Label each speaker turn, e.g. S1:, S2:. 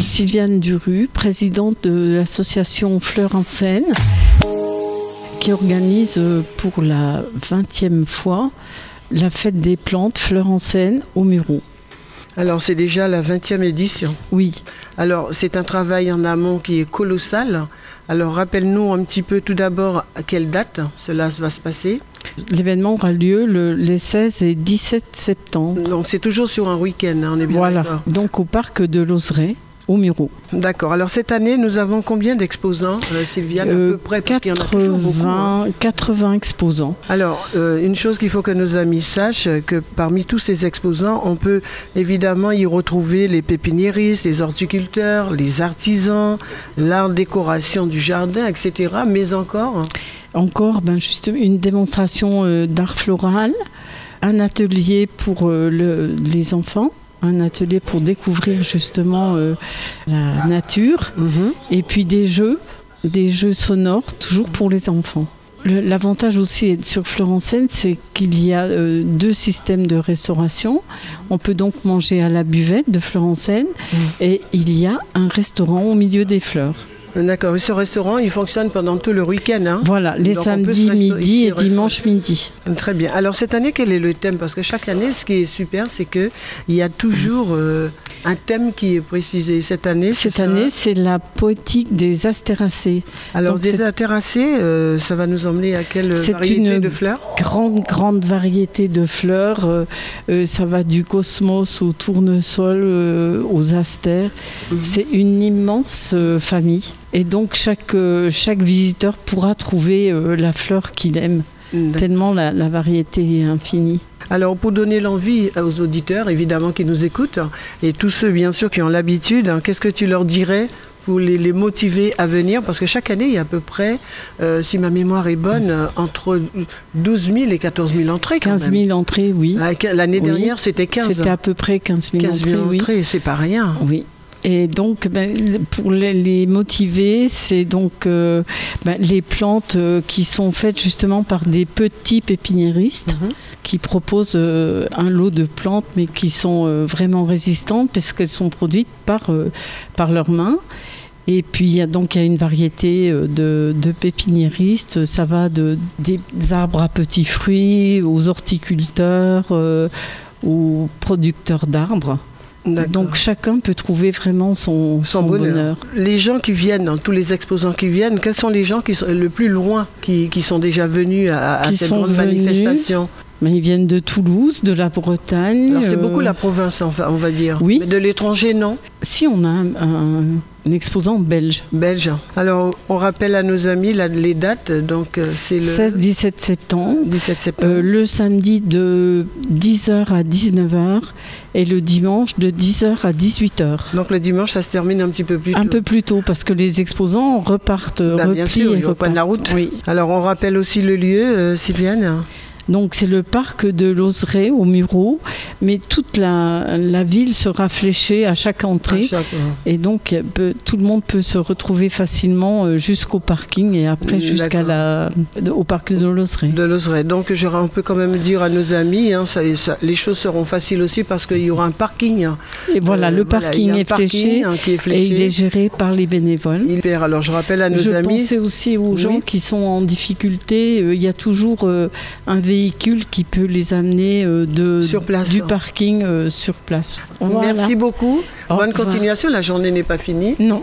S1: Sylviane Duru, présidente de l'association Fleurs en Seine, qui organise euh, pour la 20e fois la fête des plantes Fleurs en Seine au Muron.
S2: Alors c'est déjà la 20e édition.
S1: Oui.
S2: Alors c'est un travail en amont qui est colossal. Alors rappelle-nous un petit peu tout d'abord à quelle date cela va se passer.
S1: L'événement aura lieu le, les 16 et 17 septembre.
S2: Donc c'est toujours sur un week-end, hein, on est bien
S1: Voilà, donc au parc de Lozeret. Au Muro.
S2: D'accord. Alors cette année, nous avons combien d'exposants, euh, Sylvia,
S1: euh, à peu près 80, parce y en a beaucoup, hein. 80 exposants.
S2: Alors, euh, une chose qu'il faut que nos amis sachent, euh, que parmi tous ces exposants, on peut évidemment y retrouver les pépiniéristes, les horticulteurs, les artisans, l'art décoration du jardin, etc. Mais encore
S1: Encore, ben, juste une démonstration euh, d'art floral, un atelier pour euh, le, les enfants un atelier pour découvrir justement euh, la nature mmh.
S2: Mhm.
S1: et puis des jeux, des jeux sonores toujours pour les enfants. L'avantage aussi sur Florencène, c'est qu'il y a euh, deux systèmes de restauration. On peut donc manger à la buvette de Florencène mmh. et il y a un restaurant au milieu des fleurs.
S2: D'accord, et ce restaurant, il fonctionne pendant tout le week-end. Hein
S1: voilà, les Donc samedis midi et dimanche midi.
S2: Très bien. Alors cette année, quel est le thème Parce que chaque année, ce qui est super, c'est qu'il y a toujours euh, un thème qui est précisé. Cette année,
S1: Cette année, c'est la poétique des astéracées.
S2: Alors Donc, des astéracées, euh, ça va nous emmener à quelle variété
S1: une
S2: de fleurs
S1: grande, grande variété de fleurs. Euh, ça va du cosmos au tournesol, euh, aux astères. Mmh. C'est une immense euh, famille. Et donc chaque, euh, chaque visiteur pourra trouver euh, la fleur qu'il aime, mmh. tellement la, la, variété est infinie.
S2: Alors pour donner l'envie aux auditeurs, évidemment, qui nous écoutent, et tous ceux, bien sûr, qui ont l'habitude, hein, qu'est-ce que tu leur dirais pour les, les, motiver à venir Parce que chaque année, il y a à peu près, euh, si ma mémoire est bonne, euh, entre 12 000 et 14 000 entrées. Quand
S1: 15 000
S2: même. Ah,
S1: entrées, oui.
S2: L'année dernière, oui. c'était 15.
S1: C'était à peu près 15 000
S2: 15 000
S1: entrées,
S2: entrées oui. c'est pas rien.
S1: Oui. Et donc, ben, pour les, motiver, c'est donc euh, ben, les plantes euh, qui sont faites justement par des petits pépiniéristes mm -hmm. qui proposent euh, un lot de plantes, mais qui sont euh, vraiment résistantes parce qu'elles sont produites par, euh, par leurs mains. Et puis, y a, donc, il y a une variété euh, de, de pépiniéristes. Ça va de, des arbres à petits fruits aux horticulteurs, euh, aux producteurs d'arbres.
S2: Mhm.
S1: Donc chacun peut trouver vraiment son, son, son bonheur. bonheur.
S2: Les gens qui viennent, hein, tous les exposants qui viennent, quels sont les gens qui sont le plus loin, qui, qui sont déjà venus à, à cette grande venus, manifestation
S1: mais ils viennent de Toulouse, de la Bretagne.
S2: C'est euh... beaucoup la province, enfin, on va dire.
S1: Oui.
S2: Mais de l'étranger, non
S1: Si on a un, un, un, exposant belge.
S2: Belge. Alors, on rappelle à nos amis là, les dates. Donc, euh, c'est le
S1: 16-17 septembre.
S2: 17 septembre.
S1: Euh, le samedi de 10h à 19h et le dimanche de 10h à 18h.
S2: Donc le dimanche, ça se termine un petit peu plus tôt.
S1: Euh, Un peu plus tôt, parce que les exposants repartent,
S2: bah, Bien sûr, ils reprennent la route.
S1: Oui.
S2: Alors, on rappelle aussi le lieu, euh, Sylviane
S1: donc c'est le parc de Lozeret au Muro, mais toute la, la, ville sera fléchée à chaque entrée. À chaque...
S2: euh,
S1: Et donc peut, tout le monde peut se retrouver facilement euh, jusqu'au parking et après jusqu'à la, au parc de Lozeret.
S2: De Lozeret. Donc je, on peut quand même dire à nos amis, hein, ça, ça, les choses seront faciles aussi parce qu'il y aura un parking. Hein.
S1: Et voilà, euh, le parking, voilà, est, fléché, parking, hein,
S2: qui est fléché
S1: et il est géré par les bénévoles.
S2: Hyper. Alors je rappelle à nos
S1: je
S2: amis.
S1: Je pensais aussi aux oui. gens qui sont en difficulté. Il euh, y a toujours euh, un véhicule qui peut les amener euh, de,
S2: sur place.
S1: du parking euh, sur place.
S2: Voilà. Merci beaucoup. Bonne continuation. La journée n'est pas finie.
S1: Non.